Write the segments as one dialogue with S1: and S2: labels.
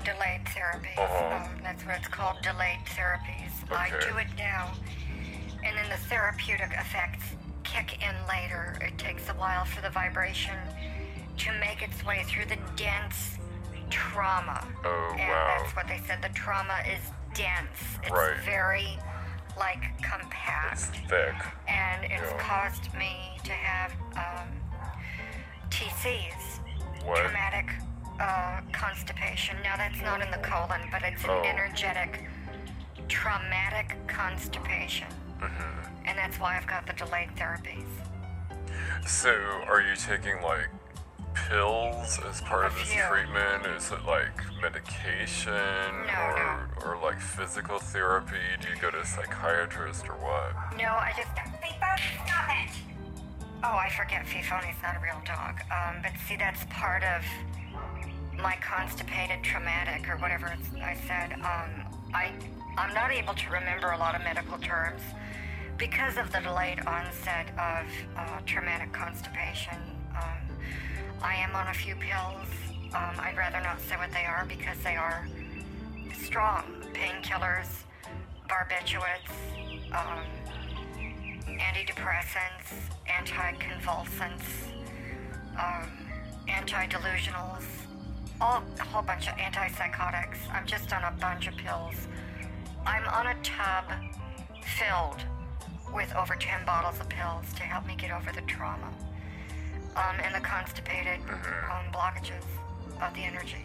S1: delayed therapies.
S2: Uh-huh.
S1: Um, that's what it's called, delayed therapies. I
S2: Okay.
S1: do it now, and then the therapeutic effects kick in later. It takes a while for the vibration to make its way through the dense trauma.
S2: Oh,
S1: and
S2: wow.
S1: that's what they said. The trauma is dense. It's
S2: Right.
S1: very, like, compact
S2: It's thick.
S1: and it's
S2: Yeah.
S1: caused me to have um, TCs,
S2: What?
S1: traumatic uh, constipation. Now that's not in the colon, but it's an
S2: Oh.
S1: energetic traumatic constipation,
S2: Mm-hmm.
S1: and that's why I've got the delayed therapies.
S2: So, are you taking like pills as part of this
S1: Yeah.
S2: treatment? Is it like medication
S1: No,
S2: or or like physical therapy? Do you go to a psychiatrist or what?
S1: No, I just FIFO, stop it. Oh, I forget Fifone is not a real dog. Um, but see, that's part of my constipated traumatic or whatever it's, I said. Um, I I'm not able to remember a lot of medical terms because of the delayed onset of uh, traumatic constipation. Um, I am on a few pills. Um, I'd rather not say what they are because they are strong painkillers, barbiturates. Um, antidepressants, anticonvulsants, um, antidelusionals, all a whole bunch of antipsychotics. I'm just on a bunch of pills. I'm on a tub filled with over 10 bottles of pills to help me get over the trauma um, and the constipated um, blockages of the energies.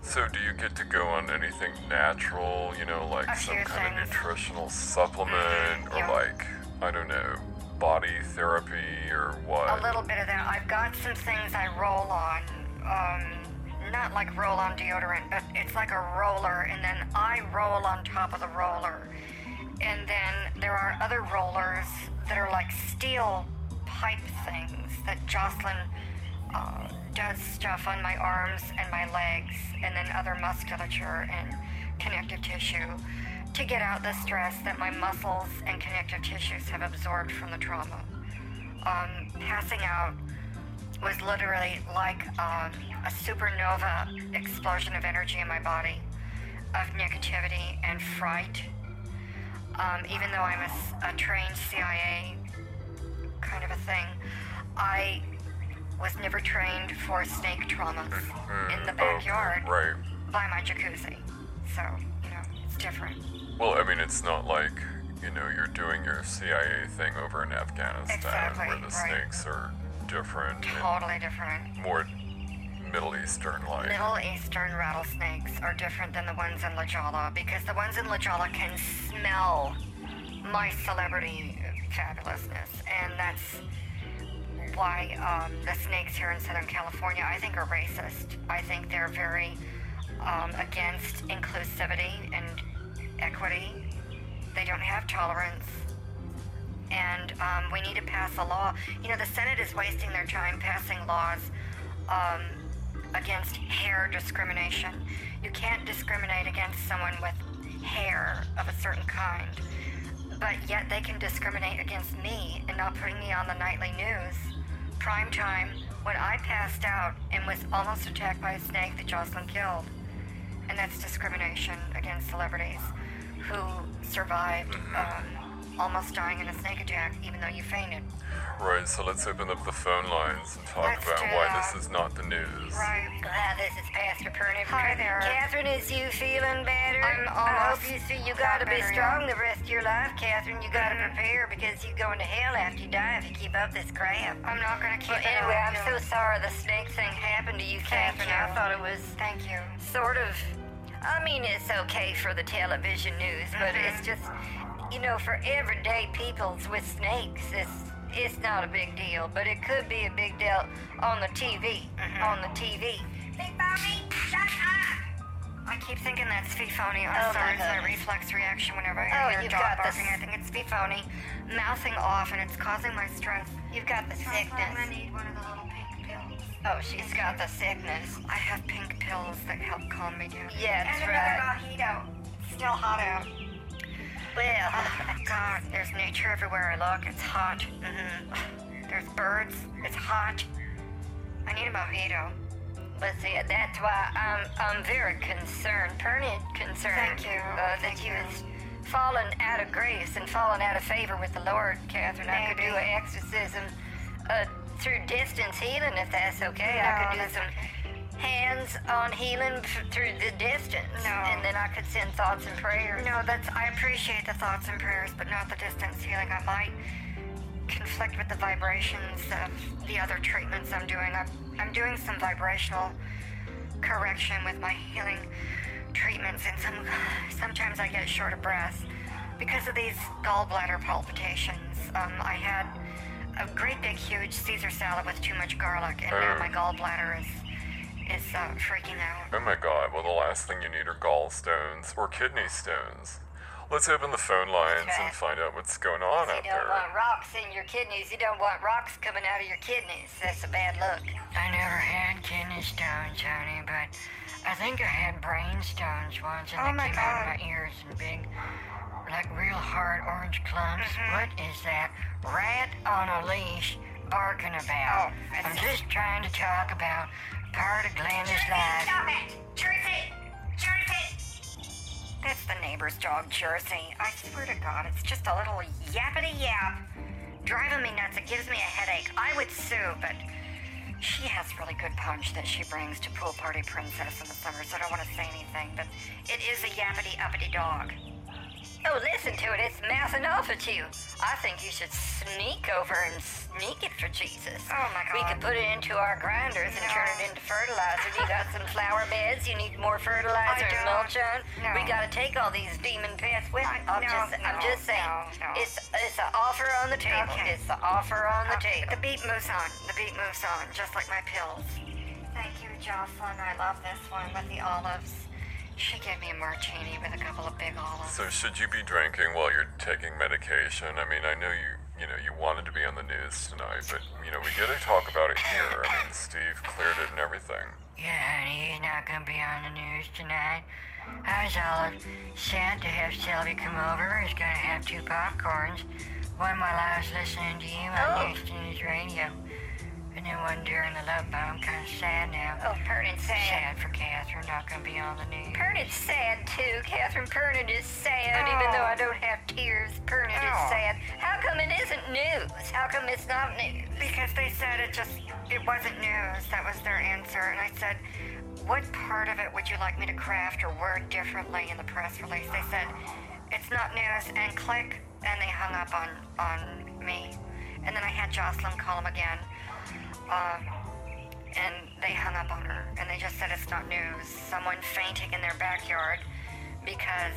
S2: So, do you get to go on anything natural? You know, like
S1: A
S2: some
S1: few
S2: kind of
S1: things. Mm-hmm.
S2: nutritional supplement or
S1: Yeah.
S2: like I don't know, body therapy or what?
S1: A little bit of that. I've got some things I roll on. Um, not like roll on deodorant, but it's like a roller, and then I roll on top of the roller. And then there are other rollers that are like steel pipe things that Jocelyn uh, does stuff on my arms and my legs, and then other musculature and connective tissue to get out the stress that my muscles and connective tissues have absorbed from the trauma um, passing out was literally like um, a supernova explosion of energy in my body, of negativity and fright. Um, even though I'm a s a a trained CIA kind of a thing, I was never trained for snake traumas in the
S2: Mm,
S1: backyard
S2: Okay, right.
S1: by my jacuzzi. So, you know, it's different.
S2: Well, I mean, it's not like, you know, you're doing your CIA thing over in Afghanistan
S1: Exactly,
S2: where the
S1: right.
S2: snakes are different
S1: Totally different.
S2: and more Middle Eastern like.
S1: Middle Eastern rattlesnakes are different than the ones in La Jolla because the ones in La Jolla can smell my celebrity fabulousness, and that's why um, the snakes here in Southern California, I think, are racist. I think they're very um, against inclusivity and equity. They don't have tolerance and um, we need to pass a law. You know, the Senate is wasting their time passing laws um, against hair discrimination. You can't discriminate against someone with hair of a certain kind, but yet they can discriminate against me and not putting me on the nightly news. Prime time, when I passed out and was almost attacked by a snake that Jocelyn killed. And that's discrimination against celebrities who survived um, almost dying in a snake attack, even though you fainted.
S2: Right, so let's open up the phone lines and talk
S1: Let's
S2: about
S1: do
S2: why
S1: that.
S2: this is not the news.
S1: Right.
S3: Ah,
S1: Glad this is Pastor Perny. Hi there.
S3: Catherine, is you feeling better?
S1: I'm
S3: I
S1: almost
S3: hope you see you
S1: got
S3: gotta be
S1: better,
S3: strong
S1: yeah.
S3: the rest of your life, Catherine. You gotta
S1: Mhm.
S3: prepare because you're going to hell after you die if you keep up this crap.
S1: I'm not going to keep
S3: Well,
S1: it
S3: anyway,
S1: up,
S3: I'm
S1: no.
S3: so sorry the snake thing happened to you,
S1: Thank you.
S3: Catherine. I thought it was
S1: Thank you.
S3: sort of. I mean, it's okay for the television news, but
S1: Mhm.
S3: it's just, you know, for everyday peoples with snakes, it's it's not a big deal, but it could be a big deal on the TV. On the TV. Big Bobby, shut up!
S1: I keep thinking that's Fifoni. I'm
S3: Oh, my
S1: sorry, it's a
S3: goodness.
S1: reflex reaction whenever I
S3: Oh,
S1: hear
S3: you've
S1: dog
S3: got this-
S1: barking. I think it's Fifoni mouthing off, and it's causing my stress.
S3: You've got the
S1: I
S3: sickness.
S1: need one of the little pink pills.
S3: Oh, she's got the sickness.
S1: I have pink pills that help calm me down.
S3: Yeah, that's
S1: and another mojito. It's Still hot out.
S3: Well,
S1: Oh, God, there's nature everywhere I look. It's hot. Mm-hmm. hmm There's birds. It's hot. I need a mojito.
S3: But see, that's why I'm I'm very concerned, pertinent concerned.
S1: Thank you.
S3: Uh, that
S1: Thank
S3: you
S1: you.
S3: has fallen out of grace and fallen out of favor with the Lord, Catherine. I could do
S1: Maybe.
S3: an exorcism uh, through distance healing if that's okay. I could
S1: No,
S3: do
S1: that's
S3: some hands on healing f- through the distance.
S1: No.
S3: And then I could send thoughts and prayers.
S1: No, that's I appreciate the thoughts and prayers, but not the distance healing. I might conflict with the vibrations of the other treatments I'm doing. I'm, I'm doing some vibrational correction with my healing treatments, and some sometimes I get short of breath because of these gallbladder palpitations. Um, I had a great big huge Caesar salad with too much garlic, and now
S2: Oh.
S1: my gallbladder is is uh, freaking out.
S2: Oh my god, well, the last thing you need are gallstones or kidney stones. Let's open the phone lines
S3: That's right.
S2: and find out what's going on
S3: You
S2: out
S3: don't
S2: there.
S3: want rocks in your kidneys. You don't want rocks coming out of your kidneys. That's a bad look.
S1: I never had kidney stones, honey, but I think I had brain stones once, and
S3: Oh,
S1: they
S3: my
S1: came out of
S3: God.
S1: my ears and big, like real hard orange clumps.
S3: Mm-hmm.
S1: What is that rat on a leash barking about?
S3: Oh, that's-
S1: I'm just trying to talk about part of Glenda's life.
S3: Stop it! Jersey! Jersey! That's the neighbor's dog, Jersey. I swear to God, it's just a little yappity yap.
S1: Driving me nuts, it gives me a headache. I would sue, but she has really good punch that she brings to Pool Party Princess in the summer, so I don't want to say anything, but it is a yappity uppity dog.
S3: Oh, listen to it. It's mouthing off at you. I think you should sneak over and sneak it for Jesus.
S1: Oh, my God.
S3: We could put it into our grinders and
S1: No.
S3: turn it into fertilizer. you got some flower beds you need more
S1: I
S3: fertilizer and
S1: don't.
S3: mulch on?
S1: No.
S3: We got to take all these demon pests with
S1: I-
S3: us.
S1: no,
S3: I'm, just, I'm
S1: no,
S3: just saying.
S1: no, no.
S3: It's, it's an offer on the table.
S1: Okay.
S3: It's the offer on the
S1: Uh,
S3: table.
S1: The beat moves on. The beat moves on, just like my pills. Thank you, Jocelyn. I love this one with the olives. She gave me a martini with a couple of big olives.
S2: So should you be drinking while you're taking medication? I mean, I know you, you know, you wanted to be on the news tonight, but you know, we got to talk about it here. I mean, Steve cleared it and everything.
S1: Yeah, honey, he's not gonna be on the news tonight. I was all sad to have Sylvia come over. He's gonna have two popcorns. One while I was listening to you on
S3: Oh.
S1: Houston News Radio, and then one during the love bomb. Kind of sad now.
S3: oh, Pernod sad.
S1: Sad for Catherine, not gonna be on the news.
S3: Pernod's sad too. Catherine Pernod is sad, even
S1: Oh.
S3: though I don't have tears. Pernod
S1: Oh.
S3: is sad. How come it isn't news? How come it's not news?
S1: Because they said it just it wasn't news. That was their answer. And I said, "What part of it would you like me to craft or word differently in the press release?" They said, "It's not news." And click, and they hung up on on me. And then I had Jocelyn call them again, uh, and they hung up on her. And they just said, "It's not news." Someone fainting in their backyard because.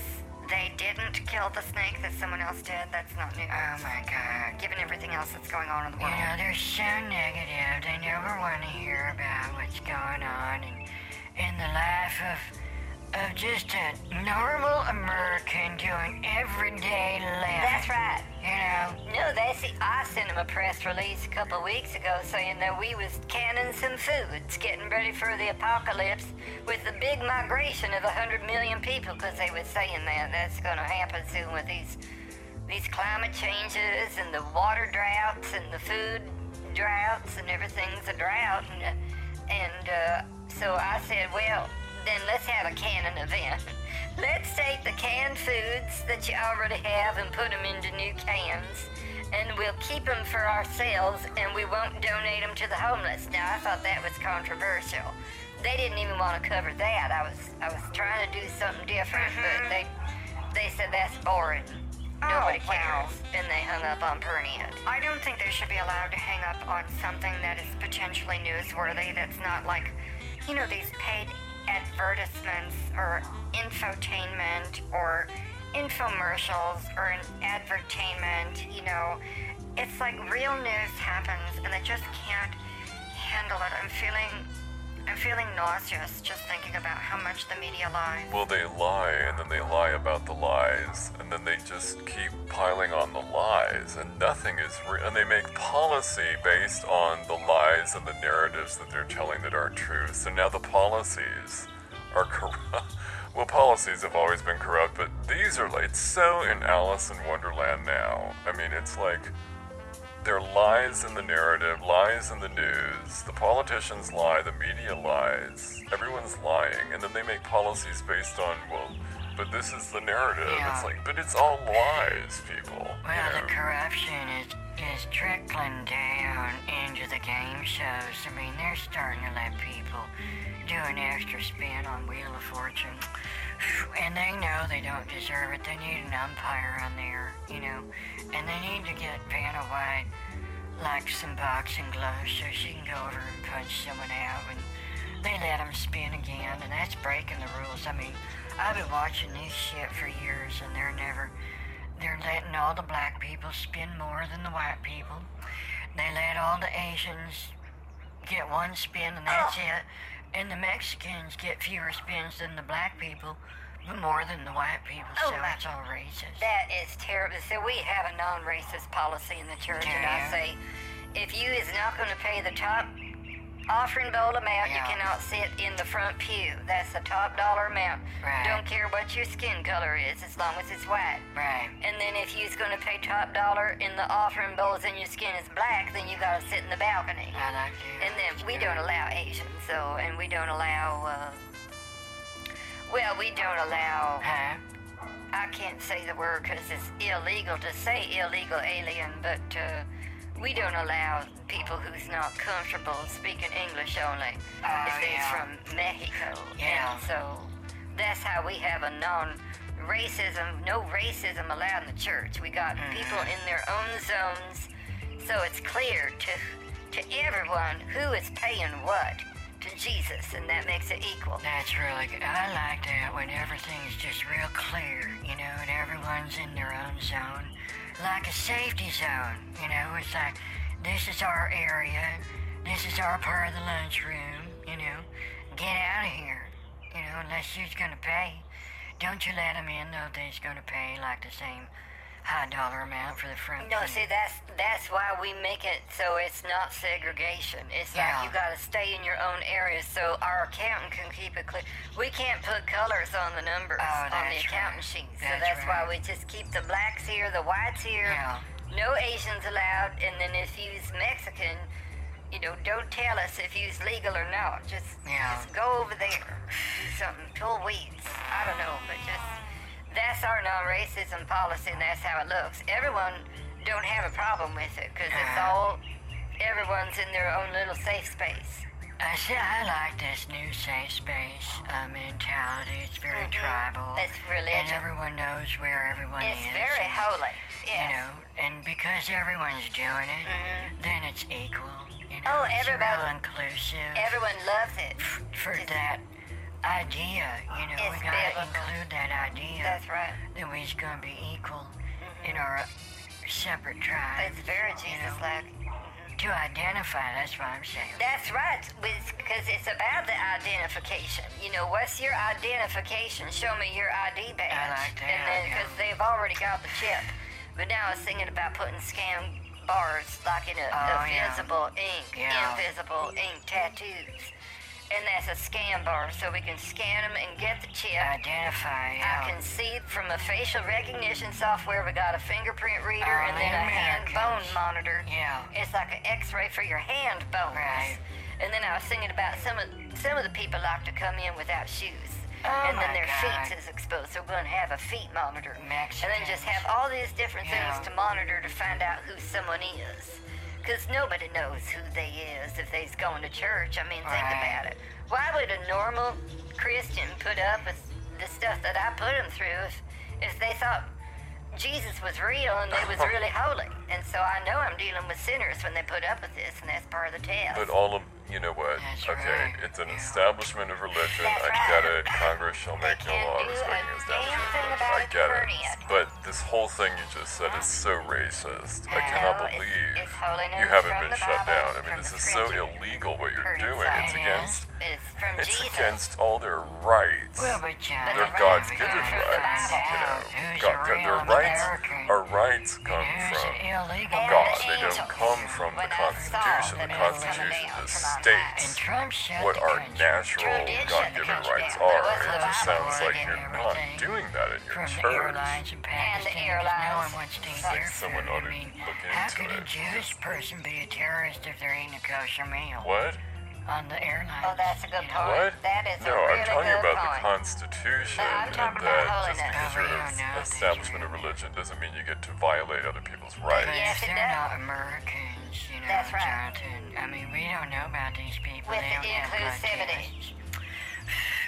S1: They didn't kill the snake that someone else did. That's not news. Oh my god. Given everything else that's going on in the world.
S4: You know, they're so negative. They never want to hear about what's going on in, in the life of of Uh, just a normal American doing everyday life.
S3: That's right.
S4: you know,
S3: No, they see. I sent him a press release a couple weeks ago saying that we was canning some foods, getting ready for the apocalypse with the big migration of 100 million people, because they was saying that that's going to happen soon with these these climate changes and the water droughts and the food droughts and everything's a drought. And, uh, and uh, so I said, well, then let's have a canning event. let's take the canned foods that you already have and put them into new cans. And we'll keep them for ourselves and we won't donate them to the homeless. Now, I thought that was controversial. They didn't even want to cover that. I was I was trying to do something different, but they they said that's boring. Nobody
S1: Oh, wow.
S3: cares. And they hung up on Pernian.
S1: I don't think they should be allowed to hang up on something that is potentially newsworthy that's not like, you know, these paid advertisements or infotainment or infomercials or an advertainment, you know. It's like real news happens and I just can't handle it. I'm feeling I'm feeling nauseous just thinking about how much the media lies.
S2: Well, they lie, and then they lie about the lies, and then they just keep piling on the lies, and nothing is real. And they make policy based on the lies and the narratives that they're telling that are true. So now the policies are corrupt. well, policies have always been corrupt, but these are like it's so in Alice in Wonderland now. I mean, it's like there are lies in the narrative, lies in the news. The politicians lie, the media lies. Everyone's lying, and then they make policies based on well, but this is the narrative.
S4: Yeah.
S2: It's like, but it's all lies, people. you
S4: Well, the
S2: know.
S4: corruption is is trickling down into the game shows. I mean, they're starting to let people do an extra spin on Wheel of Fortune, and they know they don't deserve it. They need an umpire on there, you know, and they need to get Vanna White like some boxing gloves so she can go over and punch someone out and they let them spin again and that's breaking the rules i mean i've been watching this shit for years and they're never they're letting all the black people spin more than the white people they let all the asians get one spin and that's
S1: Oh.
S4: it and the mexicans get fewer spins than the black people but more than the white people
S1: Oh,
S4: so
S1: my-
S4: it's all racist
S1: That is terrible. So we have a non-racist policy in the church, and I
S4: Yeah.
S1: say, if you is not going to pay the top offering bowl amount, you
S4: Yeah.
S1: cannot sit in the front pew. That's the top dollar amount.
S4: Right.
S1: Don't care what your skin color is, as long as it's white.
S4: right
S1: And then if you's going to pay top dollar in the offering bowls and your skin is black, then you got to sit in the balcony.
S4: i like you
S1: And then we don't allow Asians, so and we don't allow. Uh, well, we don't allow.
S4: huh?
S1: I can't say the word because it's illegal to say illegal alien, but uh, we don't allow people who's not comfortable speaking English only
S4: Oh,
S1: if they're
S4: yeah.
S1: from Mexico.
S4: Yeah.
S1: And so that's how we have a non racism, no racism allowed in the church. We got
S4: Mm-hmm.
S1: people in their own zones, so it's clear to, to everyone who is paying what to Jesus, and that makes it equal.
S4: That's really good. I like that when everything's just real clear, you know, and everyone's in their own zone. Like a safety zone, you know, it's like, this is our area, this is our part of the lunchroom, you know, get out of here, you know, unless you's gonna pay. Don't you let 'em in, though, they's gonna pay like the same high dollar amount for the front.
S1: No,
S4: fee.
S1: see that's that's why we make it so it's not segregation. It's
S4: Yeah.
S1: like you gotta stay in your own area so our accountant can keep it clear. We can't put colors on the numbers
S4: Oh,
S1: on the
S4: that's
S1: accountant
S4: right.
S1: sheet. So
S4: That's
S1: that's why
S4: right.
S1: we just keep the blacks here, the whites here,
S4: Yeah.
S1: no Asians allowed, and then if you's Mexican, you know, don't tell us if you's legal or not. Just
S4: Yeah.
S1: just go over there, do something, pull weeds. I don't know, but just that's our non-racism policy, and that's how it looks. Everyone don't have a problem with it because it's
S4: Uh-huh.
S1: all everyone's in their own little safe space.
S4: I Uh, see, I like this new safe space uh, mentality. It's very
S1: Mhm.
S4: tribal.
S1: It's religion.
S4: And everyone knows where everyone
S1: It's
S4: is.
S1: very
S4: and,
S1: holy.
S4: You
S1: Yes.
S4: know, and because everyone's doing it,
S1: Mhm.
S4: then it's equal. You know,
S1: Oh,
S4: it's real
S1: everybody-
S4: inclusive.
S1: Everyone loves it.
S4: for
S1: it's-
S4: that idea, you know, we
S1: It's
S4: gotta
S1: biblical.
S4: include that idea
S1: That's right. Mm-hmm.
S4: that we's gonna be equal in our separate tribes.
S1: It's very
S4: you know,
S1: Jesus-like.
S4: To identify, that's what I'm saying.
S1: That's right, because it's about the identification. You know, what's your identification? Show me your ID badge.
S4: like that,
S1: And then, because
S4: yeah.
S1: they've already got the chip. But now I was thinking about putting scam bars, like in a, a
S4: Oh, yeah.
S1: visible ink,
S4: Yeah.
S1: invisible ink tattoos. And that's a scan bar, so we can scan them and get the chip. I
S4: Identify. yeah.
S1: can see from a facial recognition software, we got a fingerprint reader
S4: Oh,
S1: and then a
S4: the
S1: hand bone
S4: Americans.
S1: monitor.
S4: Yeah.
S1: It's like an X-ray for your hand bones.
S4: Right.
S1: And then I was thinking about some of some of the people like to come in without shoes,
S4: Oh
S1: and then
S4: my
S1: their
S4: God.
S1: feet is exposed. So we're going to have a feet monitor, and then
S4: Mexicans.
S1: just have all these different
S4: Yeah.
S1: things to monitor to find out who someone is. Because nobody knows who they is if they's going to church. I mean, think
S4: Right.
S1: about it. Why would a normal Christian put up with the stuff that I put them through if, if they thought Jesus was real and they was really holy? And so I know I'm dealing with sinners when they put up with this, and that's part of the test.
S2: But all of you know what?
S4: That's
S2: okay,
S4: right.
S2: it's an
S4: Yeah.
S2: establishment of religion.
S1: That's
S2: I
S1: right.
S2: get it. Congress shall
S1: They
S2: make no
S1: can't
S2: law
S1: do
S2: respecting
S1: a
S2: establishment
S1: damn thing
S2: of
S1: about
S2: religion. I
S1: it,
S2: get
S1: period.
S2: it. But this whole thing you just said is so racist. I
S1: Well,
S2: cannot
S1: it's-
S2: believe
S1: it's holy news
S2: you haven't
S1: from
S2: been
S1: the
S2: shut
S1: Bible,
S2: down. I
S1: from
S2: mean, this
S1: the
S2: is so
S1: scripture.
S2: illegal what you're
S1: Curtis
S2: doing. It's
S1: Sutton.
S2: against
S3: is from
S2: It's
S3: Jesus.
S2: against all their rights.
S4: Well, but John,
S2: They're
S3: But
S2: God's
S3: the
S2: given
S3: rights
S4: Find
S2: rights. You
S4: out
S2: know,
S4: who's
S2: God,
S4: a
S2: their,
S4: real
S2: their rights,
S4: American
S2: our rights come
S4: and who's
S2: from
S4: an illegal.
S3: And
S2: God.
S3: the
S2: They don't
S3: angels.
S2: come from the
S3: When I saw
S2: Constitution.
S3: that
S2: The
S3: it was coming
S2: Constitution
S3: down
S2: is
S3: from on
S2: state.
S3: high.
S4: And Trump shut
S2: what
S4: the
S2: our
S4: country.
S2: natural
S3: Trump did shut
S2: God
S3: the
S2: given
S3: country
S2: rights
S3: down.
S2: are.
S3: That was
S2: It just
S3: the Bible
S2: sounds like
S4: and
S2: you're not
S4: everything.
S2: doing that at your
S4: from the
S2: church.
S4: airlines in Pakistan. 'cause No
S3: airlines.
S4: one wants to eat
S3: Like
S4: their
S2: someone
S4: food.
S2: ought to
S4: I mean,
S2: look
S4: how
S2: into
S4: could a
S2: it.
S4: Jewish person be a terrorist if they're eating a kosher meal
S2: What?
S4: on the airline?
S3: Oh, that's a good
S4: You know?
S3: point.
S2: What?
S3: That is
S2: no,
S3: a really
S2: I'm talking
S3: good
S2: about the
S3: point.
S2: Constitution
S3: No, I'm
S2: and
S3: talking
S2: that
S3: about
S2: just
S3: holiness.
S2: because
S4: Oh,
S2: you're
S4: yeah,
S2: an
S4: no, thank you.
S2: establishment of religion doesn't mean you get to violate other people's
S4: Because
S2: rights.
S3: Yes, it
S4: they're
S3: does.
S4: not Americans, you know,
S3: That's right.
S4: Jonathan. I mean, we don't know about these people.
S3: With
S4: they don't have
S3: inclusivity.
S4: context.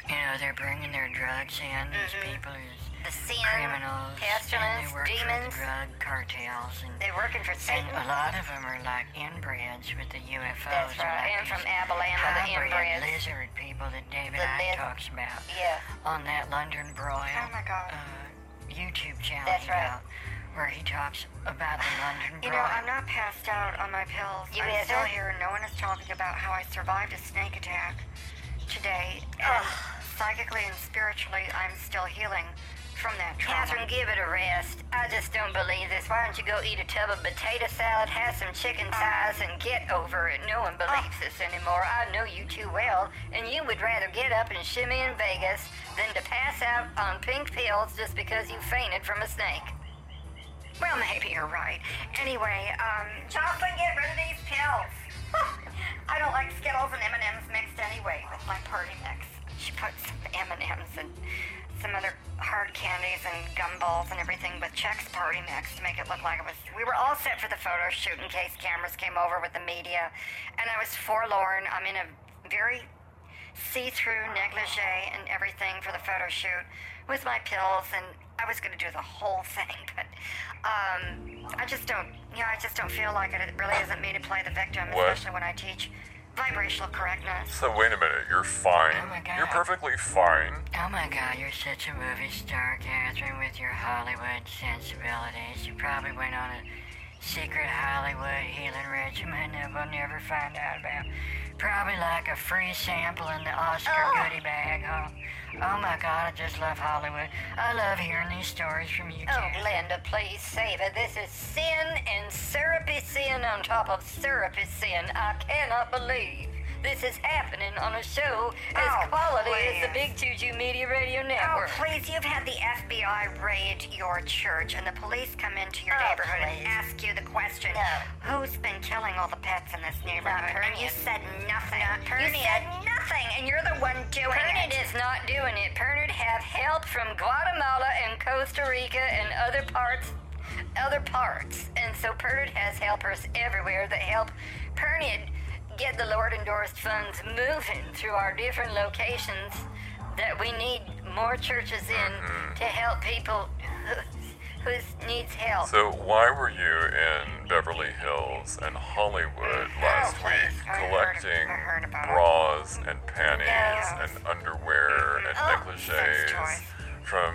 S4: You know, they're bringing their drugs in. These people is
S3: The sin,
S4: criminals. and
S3: Mm-hmm. pestilence,
S4: they work
S3: demons.
S4: for the drug cartels. And,
S3: They're working for
S4: and
S3: Satan.
S4: a lot of them are like inbreds with the UFOs.
S3: That's right.
S4: like
S3: And from
S4: these
S3: Abilene, the
S4: hybrid
S3: inbred.
S4: lizard people that David
S3: The
S4: I
S3: lizard.
S4: talks about
S3: Yeah.
S4: on that London Broil
S3: Oh my God.
S4: uh, YouTube channel
S3: That's
S4: he
S3: right.
S4: got, where he talks about the London
S1: You
S4: Broil.
S1: know, I'm not passed out on my pills.
S3: You
S1: I'm still
S3: isn't?
S1: here, and no one is talking about how I survived a snake attack today. And
S3: Ugh.
S1: psychically and spiritually, I'm still healing from that trauma.
S3: Catherine, give it a rest. I just don't believe this. Why don't you go eat a tub of potato salad, have some chicken thighs, and get over it? No one believes this anymore. I know you too well, and you would rather get up and shimmy in Vegas than to pass out on pink pills just because you fainted from a snake.
S1: well, maybe you're right. Anyway, um,
S3: Jocelyn, get rid of these pills.
S1: I don't like Skittles and M&Ms mixed anyway with my party mix. She put some M&Ms and some other hard candies and gumballs and everything with Chex party mix to make it look like it was. We were all set for the photo shoot in case cameras came over with the media, and I was forlorn. I'm in a very see-through negligee and everything for the photo shoot with my pills and I was gonna do the whole thing, but um, I just don't. Yeah, I just don't feel like it. It really isn't me to play the victim,
S2: What?
S1: especially when I teach vibrational correctness.
S2: So wait a minute, you're fine.
S4: Oh my God.
S2: You're perfectly fine.
S4: Oh my god, you're such a movie star, Catherine, with your Hollywood sensibilities. You probably went on a secret Hollywood healing regimen that we'll never find out about. Probably like a free sample in the Oscar goodie bag, huh? Oh my god, I just love Hollywood. I love hearing these stories from you,
S3: Oh,
S4: too.
S3: Linda, please save it. This is sin and syrupy sin on top of syrupy sin. I cannot believe this is happening on a show as
S1: Oh,
S3: quality as
S1: please.
S3: the Big Choo Choo Media Radio
S1: Oh,
S3: Network.
S1: please, you've had the FBI raid your church and the police come into your
S3: Oh,
S1: neighborhood
S3: please.
S1: and ask you the question
S3: No.
S1: who's been killing all the pets in this neighborhood? and you
S3: Pernian.
S1: said nothing.
S3: Not
S1: you said
S3: Pernian.
S1: nothing, and you're the one doing
S3: Pernod
S1: it.
S3: is not doing it. Pernod have help from Guatemala and Costa Rica and other parts, other parts, and so Pernod has helpers everywhere that help Pernod get the Lord endorsed funds moving through our different locations. That we need more churches in to help people who, who needs help.
S2: So why were you in Beverly Hills and Hollywood last
S1: please.
S2: week
S1: Oh, I heard-
S2: collecting
S1: I heard about it.
S2: bras and panties
S3: Yeah.
S2: and underwear
S1: Mm-hmm.
S2: and
S3: Oh,
S1: sex
S2: negligees
S1: toys.
S2: from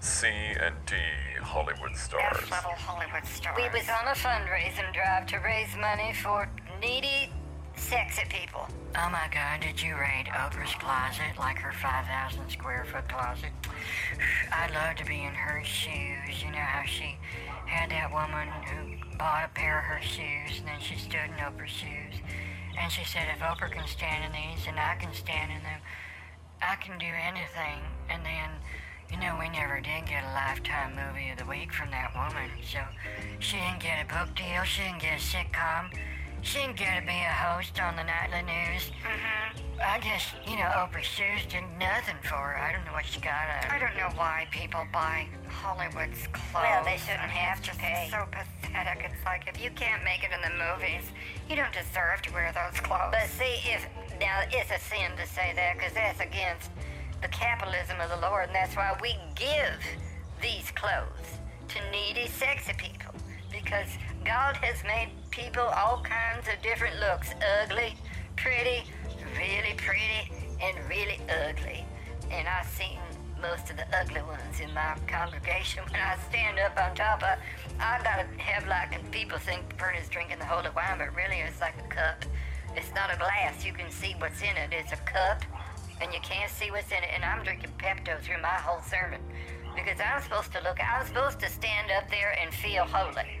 S2: C and D Hollywood stars?
S1: F-level Hollywood stars.
S3: We was on a fundraising drive to raise money for needy, sexy people.
S4: Oh my god, did you raid Oprah's closet, like her 5,000 square foot closet? I'd love to be in her shoes. You know how she had that woman who bought a pair of her shoes and then she stood in Oprah's shoes. And she said, if Oprah can stand in these and I can stand in them, I can do anything. And then, you know, we never did get a lifetime movie of the week from that woman. So she didn't get a book deal, she didn't get a sitcom, she didn't get to be a host on the nightly news. I just, you know, Oprah Shoes did nothing for her. I don't know what she got out of
S1: I don't know why people buy Hollywood's clothes.
S3: Well, they shouldn't
S1: I mean,
S3: have
S1: it's
S3: to
S1: just
S3: pay.
S1: So pathetic. It's like if you can't make it in the movies, you don't deserve to wear those clothes.
S3: But see, if now it's a sin to say that, 'cause that's against the capitalism of the Lord, and that's why we give these clothes to needy, sexy people, because God has made people all kinds of different looks: ugly, pretty, really pretty, and really ugly. And I've seen most of the ugly ones in my congregation. When I stand up on top, I, I gotta have like, and people think Bernard's drinking the holy wine, but really it's like a cup
S1: It's not a glass. You can see what's in it. It's a cup, and you can't see what's in it. And I'm drinking Pepto through my whole sermon because I'm supposed to look. I'm supposed to stand up there and feel holy.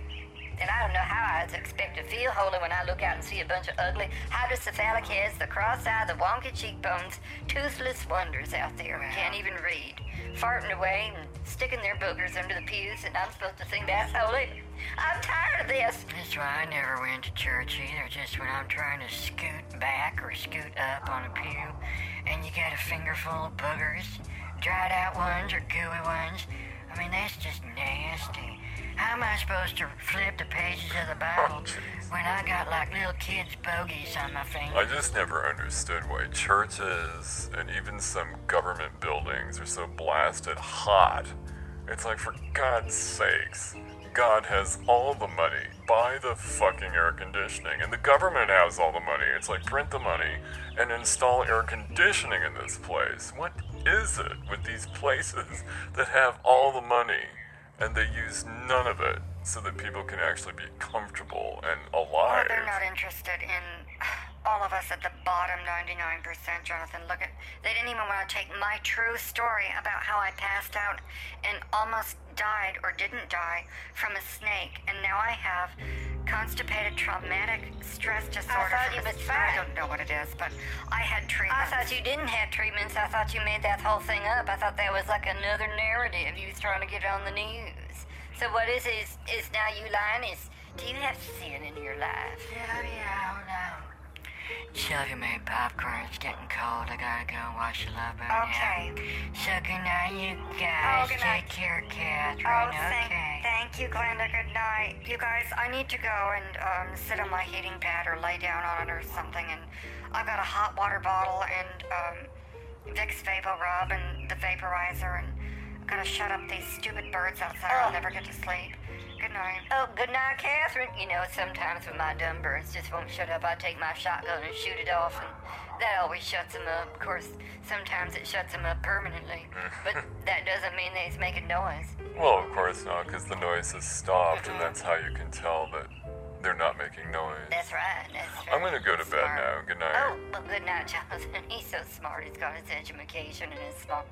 S1: And I don't know how I was expected to feel holy when I look out and see a bunch of ugly hydrocephalic heads, the cross-eyed, the wonky cheekbones, toothless wonders out there who can't even read, farting away and sticking their boogers under the pews, and I'm supposed to think that's holy. I'm tired of this.
S4: That's why I never went to church either. Just when I'm trying to scoot back or scoot up on a pew, and you got a finger full of boogers, dried out ones or gooey ones. I mean, that's just nasty. How am I supposed to flip the pages of the Bible
S2: jeez.
S4: when I got like little kids' bogies on my fingers?
S2: I just never understood why churches and even some government buildings are so blasted hot. It's like, for God's sakes, God has all the money. Buy the fucking air conditioning. And the government has all the money. It's like, print the money and install air conditioning in this place. What is it with these places that have all the money and they use none of it so that people can actually be comfortable and alive?
S1: They're not interested in all of us at the bottom 99%, Jonathan. Look at, they didn't even want to take my true story about how I passed out and almost died or didn't die from a snake, and now I have constipated traumatic stress disorder.
S3: thought
S1: from
S3: you
S1: a
S3: was
S1: snake.
S3: fine.
S1: I don't know what it is, but I had
S3: I
S1: treatment.
S3: thought you didn't have treatments. I thought you made that whole thing up. I thought that was like another narrative you was trying to get on the news. So what is it? Is, is now you lying? Is do you have sin in your life?
S4: Sylvia, hold on. Sylvia made popcorn. It's getting cold. I gotta go and wash the love bird out.
S1: Okay.
S4: So good night, you guys.
S1: Oh, good night.
S4: Take care, Catherine.
S1: Oh, thank,
S4: okay.
S1: thank you, Glenda. Good night. You guys, I need to go and um, sit on my heating pad or lay down on it or something. And I've got a hot water bottle and um, Vicks Vapor Rub and the vaporizer. And I'm going to shut up these stupid birds outside. I'll
S3: Oh.
S1: never get to sleep. Good night.
S3: Oh, good night, Catherine. You know, sometimes when my dumb birds just won't shut up, I take my shotgun and shoot it off, and that always shuts them up. Of course, sometimes it shuts them up permanently, but that doesn't mean that it's making noise.
S2: Well, of course not, because the noise has stopped, and that's how you can tell that they're not making noise.
S3: That's right. That's right.
S2: I'm gonna go to bed
S3: Smart.
S2: now. Good night.
S3: Oh, well, good night, Jonathan. He's so smart. He's got his education and his smarts.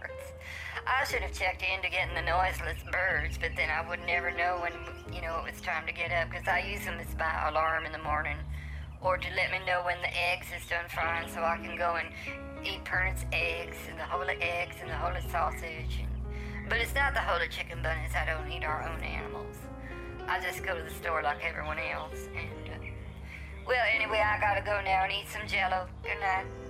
S3: I should have checked into getting the noiseless birds, but then I would never know when, you know, it was time to get up because I use them as my alarm in the morning or to let me know when the eggs is done frying so I can go and eat Pernit's eggs and the whole of eggs and the whole of sausage. And, but it's not the whole of chicken bunnies. I don't eat our own animals. I just go to the store like everyone else and... Uh, well, anyway, I gotta go now and eat some jello. Good night.